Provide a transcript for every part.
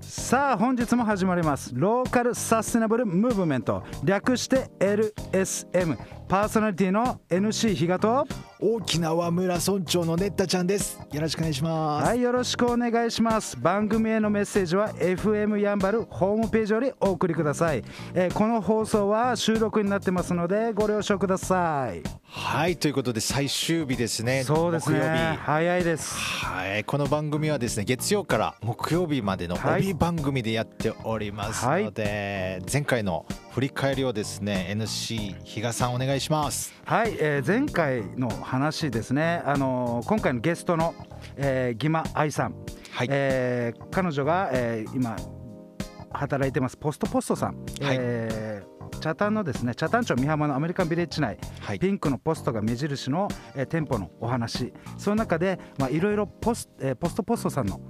さあ本日も始まりますローカルサステナブルムーブメント略して LSM パーソナリティの NC 比嘉と沖縄村村長のねったちゃんですよろしくお願いします、はいよろしくお願いします番組へのメッセージは FM やんばるホームページよりお送りください、えーこの放送は収録になってますのでご了承くださいはいということで最終日ですねそうですね木曜日早いですはいこの番組はですね月曜から木曜日までのはい帯番組でやっておりますので、前回の振り返りをですね NC 比嘉さんお願いしますはい、えー前回の話ですね、あのー今回のゲストの、えー、ギマ愛さん、はいえー彼女が、えー今働いてますポストポストさん、はいえー北谷のですね北谷町美浜のアメリカンビレッジ内、はいピンクのポストが目印の、えー店舗のお話その中でまあいろいろポス,、えーポストポストさんの、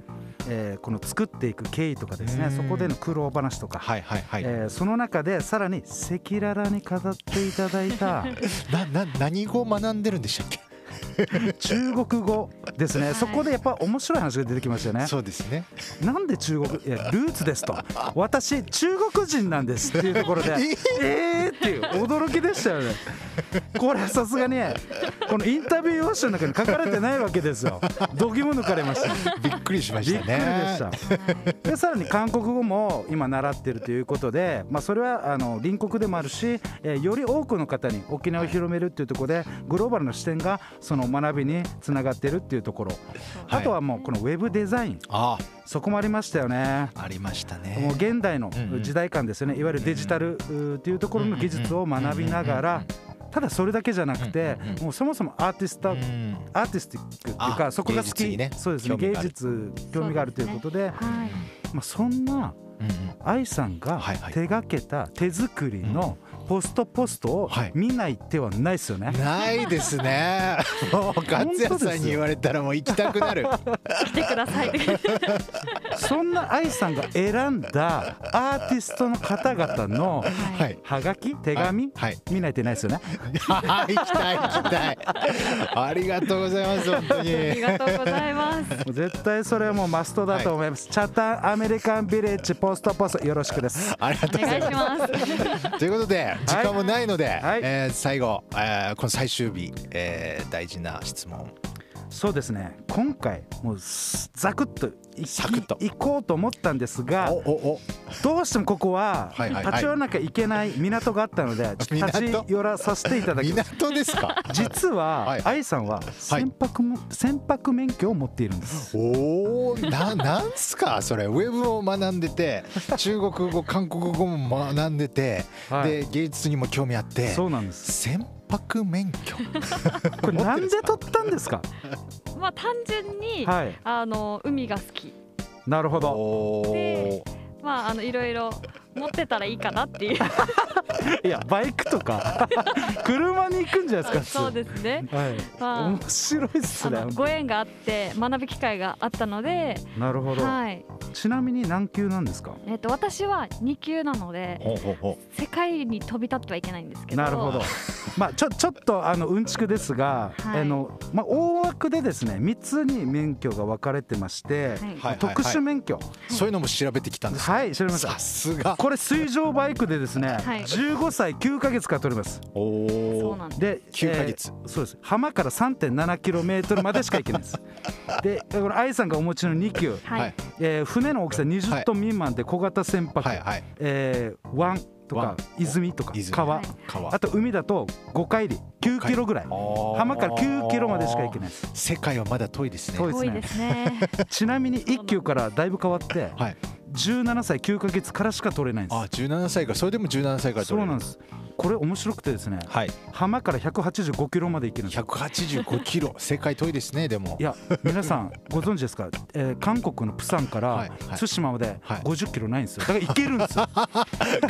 えーこの作っていく経緯とかですうねんそこでの苦労話とか、はいはいはい、えーその中でさらに赤裸々に飾っていただい たなな何語を学んでるんでしたっけ、中国語ですね、そこでやっぱ面白い話が出てきましたよねそうですねなんで中国いやルーツですと私中国人なんですっていうとこ ろでえーっていう驚きでしたよねこれはさすがにこのインタビュー用紙の中に書かれてないわけですよ度肝抜かれましたびっくりしましたねびっくりでしたでさらに韓国語も今習ってるということで、まあ、それはあの隣国でもあるし、えーより多くの方に沖縄を広めるっていうところでグローバルの視点がその学びにつながってるっていうところ、はいあとはもうこのウェブデザインあそこもありましたよね。あありましたねもう現代のうんうん時代感ですよね、いわゆるデジタルうーっていうところの技術を学びながらただそれだけじゃなくてうんうんうんもうそもそもアーティストうんアーティスティックっていうかあそこが好芸術き、にねそうですね興味芸がある術興味があるということではい。まあ、そんなうんうん愛さんがはいはい手がけた手作りのポストポストをはい見ない手はないですよね。ないです ね。もうガッツ屋さんに言われたらもう行きたくなる。来てください。そんな愛さんが選ん だアーティストの方々のは。はいはがき手紙、はい。見ない手ないですよね。はい、行きたい行きたい。ありがとうございます本当に。ありがとうございます。もう絶対それはもうマストだと思います。チャタンアメリカンビレッジポストポストよろしくです。ありがとおうござ願いいまします。す。ということで時間もないので、はいえー最後、えーこの最終日、えー大事な質問。そうですね。今回もうすザクッといサクッとい行こうと思ったんですがお、おどうしてもここははいはいはい立ち寄らなきゃいけない 港があったので、ちょっと立ち寄らさせていたおだきます。港で すか。実ははい愛さんは船舶も船舶免許を持っているんです。おおななんすかそれウェブを学んでて中国語韓国語も学んでて、はいで芸術にも興味あってそうなんです。船舶免許 これなんで取ったんですか。まあ単純に、はい。あの海が好き。なるほど。おーまああのいろいろ持ってたらいいかなっていう。いやバイクとか 車に行くんじゃないですか。普通そうですね。はい、まあ面白いっすあねの。ご縁があって学ぶ機会があったので、なるほど。はい。ちなみに何級なんですか。えっと私は2級なので。ほうほうほ世界に飛び立ってはいけないんですけど。なるほど。まあちょ ちょっとあのうんちくですが、はいあのまあ大枠でですね三つに免許が分かれてまして、はいはい特殊免許。うそういうのも調べてきたんですかはい、知りましたさ。すがこれ水上バイクでですね、はい15歳9ヶ月から取れます。おそうおなんです。で、 9ヶ月えーそうです。浜から3.7キロメートルまでしか行けないです。で、この愛さんがお持ちの2級、はい。はいえー船の大きさ20トン未満で小型船舶、はいはいえー湾とか湾泉とか泉川、はい川あと海だと5海里9キロぐらい浜浜から9キロまでしか行けないです世界はまだ遠いですね遠多いですね。ちなみに1級からだいぶ変わってはい17歳9ヶ月からしか取れないんであ17歳かそれでも17歳からすそ取れうるなんですこれ面白くてですねはい浜から185キロまで行けるんです185キロ世界遠いですねでもいや皆さんご存知ですか、えー韓国のプサンかはらいはい対馬まではい50キロないんですよだから行けるんです よ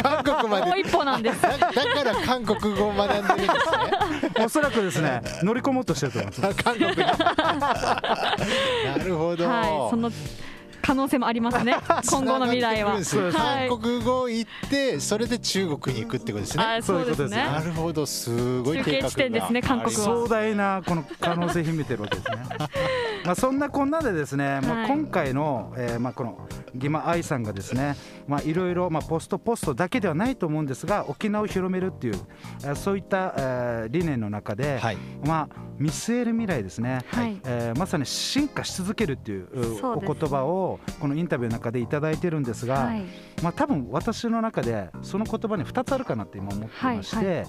韓国まもうで一歩なんです。だだから韓国語を学んでるんですね おそらくですね乗り込もうとしてると思います韓国になるほどはい、その可能性もありますね。今後の未来つながってくは。るんですねはい韓国語行ってそれで中国に行くってことですねあ、そうですね。なるほどすごい中計継画が地点ですね韓国は壮大なこの可能 性秘めてるわけですね。まあそんなこんなでですね、まあはい今回の、えーまあこのギマ愛さんがですねまあいろいろまあポストポストだけではないと思うんですが沖縄を広めるっていうえーそういった、えー理念の中で、はいまあ見据える未来ですね、はいえーまさに進化し続けるっていううそうおですね言葉をこのインタビューの中でいただいてるんですが、はいまあ、多分私の中でその言葉に2つあるかなって今思ってまして、は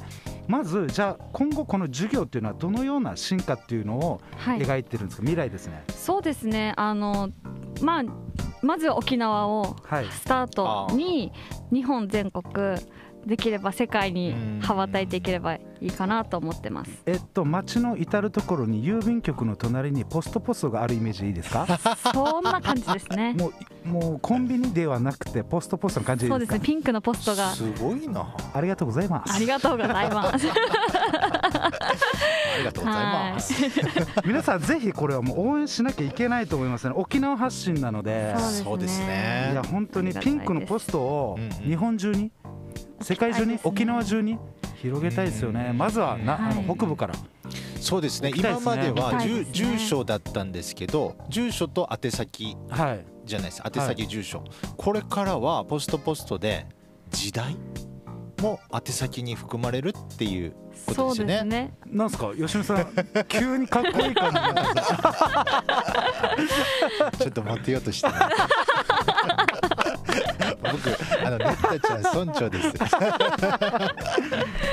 まずじゃあ今後この授業っていうのはどのような進化っていうのをはい描いてるんですか、未来ですね。そうですねあのまあまず沖縄をはいスタートに日本全国できれば世界に羽ばたいていければいいかなと思ってますえっと、街の至る所に郵便局の隣にポストポストがあるイメージでいいですかそんな感じです ねもうもうコンビニではなくてポストポストの感じでそいういでですすかねピンクのポストがすごいなありがとうございますありがとうございますありがとうございます、皆さんぜひこれはもう応援しなきゃいけないと思いますね沖縄発信なのではいそうですそいねや本当にありがたピいですンクのポストをうんうん日本中に世界中に置沖きたいですね縄中に広げたいですよねうんまずはなあのはい北部からそうですね行きたい今ですねまでは行きたい住ですね住所だったんですけど住所と宛先はいじゃないです宛先住所、これからはポストポストで時代も宛先に含まれるっていうことそですようですねねなんすか吉野さ ん急にかっこいい感じになってますちょっと待ってようとしてる 僕あのネッタちゃん村長です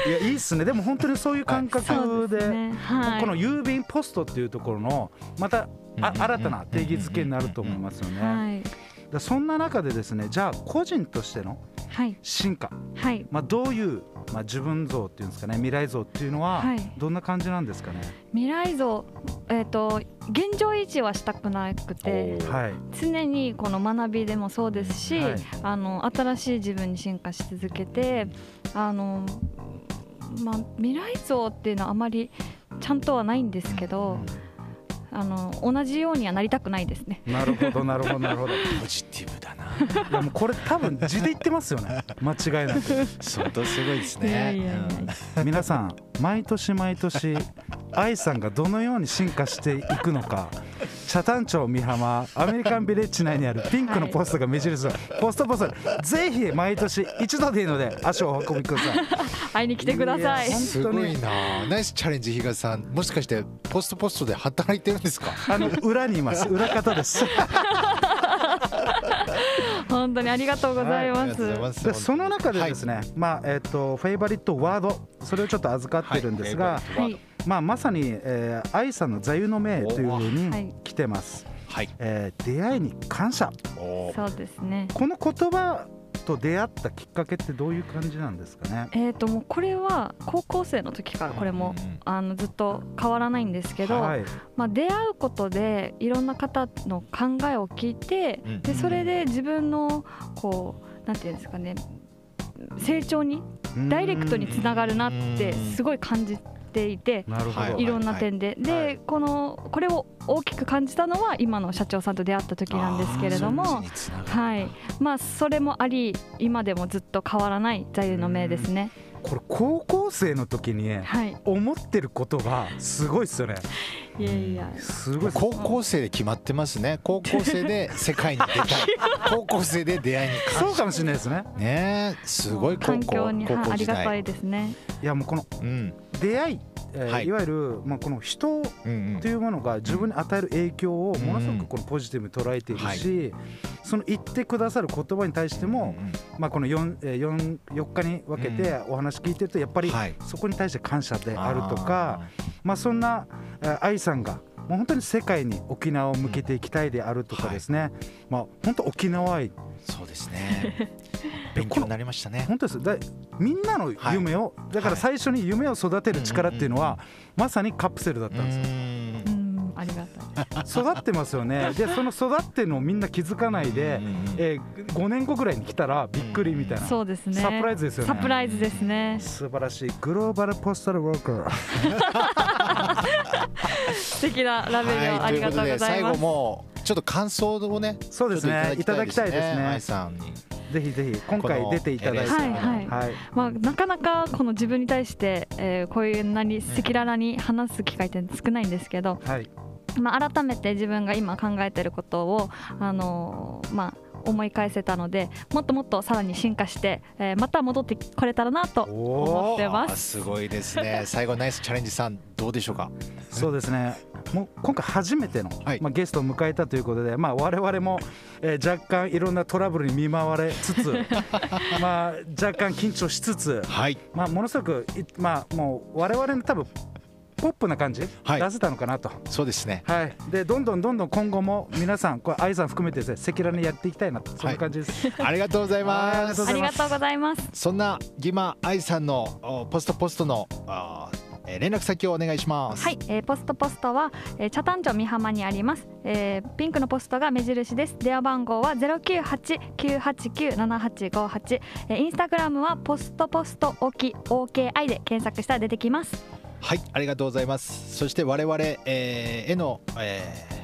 いやいいっすねでも本当にそういう感そ覚うですでねはいこの郵便ポストっていうところのまたうんうんあうん新たな定義づけになると思いますよねはいだそんな中でですねじゃあ個人としてのはい進化はいまあ、どういう、まあ、自分像っていうんですかね未来像っていうのははいどんな感じなんですかね、未来像えっ、と現状維持はしたくなくておーはい常にこの学びでもそうですし、はいあの新しい自分に進化し続けてあの、まあ、未来像っていうのはあまりちゃんとはないんですけど、あの同じようにはなりたくないですね。なるほどなるほどなるほどいポジティブだなやもうこれ多分字で言ってますよね間違いなく相当すごいですねいやいやいやうん皆さん毎年毎年愛さんがどのように進化していくのか北谷町美浜アメリカンビレッジ内にあるピンクのポストが目印のポストポストぜひ毎年一度でいいので足をお運びください会いに来てください。いやすごいなナイスチャレンジ比嘉さんもしかしてポストポストで働いてるんですかあの裏にいます裏方です本当にありがとうございありまがす。とうございはまい、すでその中でですはね、まあえっとフェイバリットワードそれをちょっと預かってるんですが、いはいまあ、まさに、えー、愛さんの座右の銘というふうおはにい来てます、はいえー出会いに感謝おーそうですね。この言葉と出会ったきっかけってどういう感じなんですかねえっ、ともうこれは高校生の時からこれも、うんうんうんあのずっと変わらないんですけど、はい、まあ、出会うことでいろんな方の考えを聞いて、うんでそれで自分のこうなんていうんですかね成長にうんダイレクトにつながるなってうんすごい感じていて。なるほど、はいろんな点で、で、はいこのこれを大きく感じたのは今の社長さんと出会った時なんですけれどあーそもっちに繋がるんだはいまあそれもあり今でもずっと変わらない座右の銘ですね、これ高校生の時にはい思ってることがすごいっすよねいやいやすごいっす高校生で決まってますね高校生で世界に出 たい高校生で出会いに感謝そうかもしれないですねねえすごい高環校境に高はい校あり時がた代いですねいやもうこのうん出会い、えー、はいいわゆる、まあ、この人うんうんというものが自分に与える影響をものすごくこのポジティブに捉えているし、その言ってくださる言葉に対しても、うんまあ、この 4, えー 4, 4日に分けてお話聞いてるとやっぱりはいそこに対して感謝であるとか、まあ、そんなえー愛さんがもう本当に世界に沖縄を向けていきたいであるとかですね、まあ、本当沖縄愛あーそうです ね勉強になりましたね本当ですだみんなの夢を、だから最初に夢を育てる力っていうのは、まさにカプセルだったんですようんうんありがたい育ってますよねでその育ってるのをみんな気づかないでうんうんうん、えー、5年後ぐらいに来たらびっくりみたいな、そうですねサプライズですよねサプライズですね素晴らしいグローバルポスタルワーカー素敵なラベルをはあい、といりうがこととうごでざい最ま後す、もうちょっと感想をねそうですねちょっといただきたいですね愛さんにぜひぜひ今回出ていただいてこの LSA はいはいまあ、なかなかこの自分に対して、えーこういうなに赤裸々に話す機会って少ないんですけど、はいまあ、改めて自分が今考えてることをあのーまあ思い返せたのでもっともっとさらに進化して、えーまた戻ってこれたらなと思ってまあーす。すごいですね。最後ナイスチャレンジさんどうでしょうか。そうですねもう今回初めての、はいまあ、ゲストを迎えたということで、まあ、我々も、えー若干いろんなトラブルに見舞われつ つまあ若干緊張しつつ、はいまあ、ものすごくいまあ、もう我々の多分ポップな感じ、はい出せたのかなと。そうですね。はい、でどんどんどんどん今後も皆さん、これ愛さん含めてですね、赤裸々にやっていきたいなと、そんな感じです。ありがとうございありまがすとう。ありがとうございます。そんなギマ愛さんのおポストポストのあーえー連絡先をお願いします。はい、えーポストポストは、えー、茶谷町美浜にあります、えーピンクのポストが目印です電話番号は098-989-7858、えー、インスタグラムはポストポストオキ OKI で検索したら出てきますはい、ありがとうございます。そして我々、えーへの、えー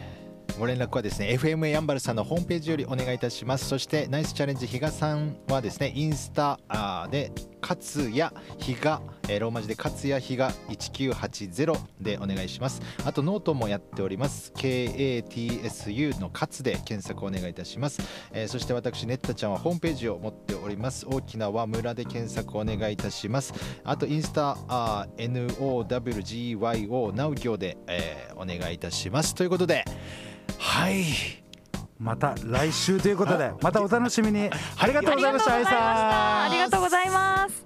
ご連絡はですね FM やんばるさんのホームページよりお願いいたしますそしてナイスチャレンジ比嘉さんはですねインスタあーで勝也比嘉、えーローマ字で勝也比嘉1980でお願いしますあとノートもやっております KATSU の勝で検索をお願いいたします、えーそして私ネッタちゃんはホームページを持っております大きな和村で検索お願いいたしますあとインスタあー NOWGYO なうきょうで、えーお願いいたしますということではいまた来週ということで、またお楽しみに。ありがとうございました、愛さん。ありがとうございます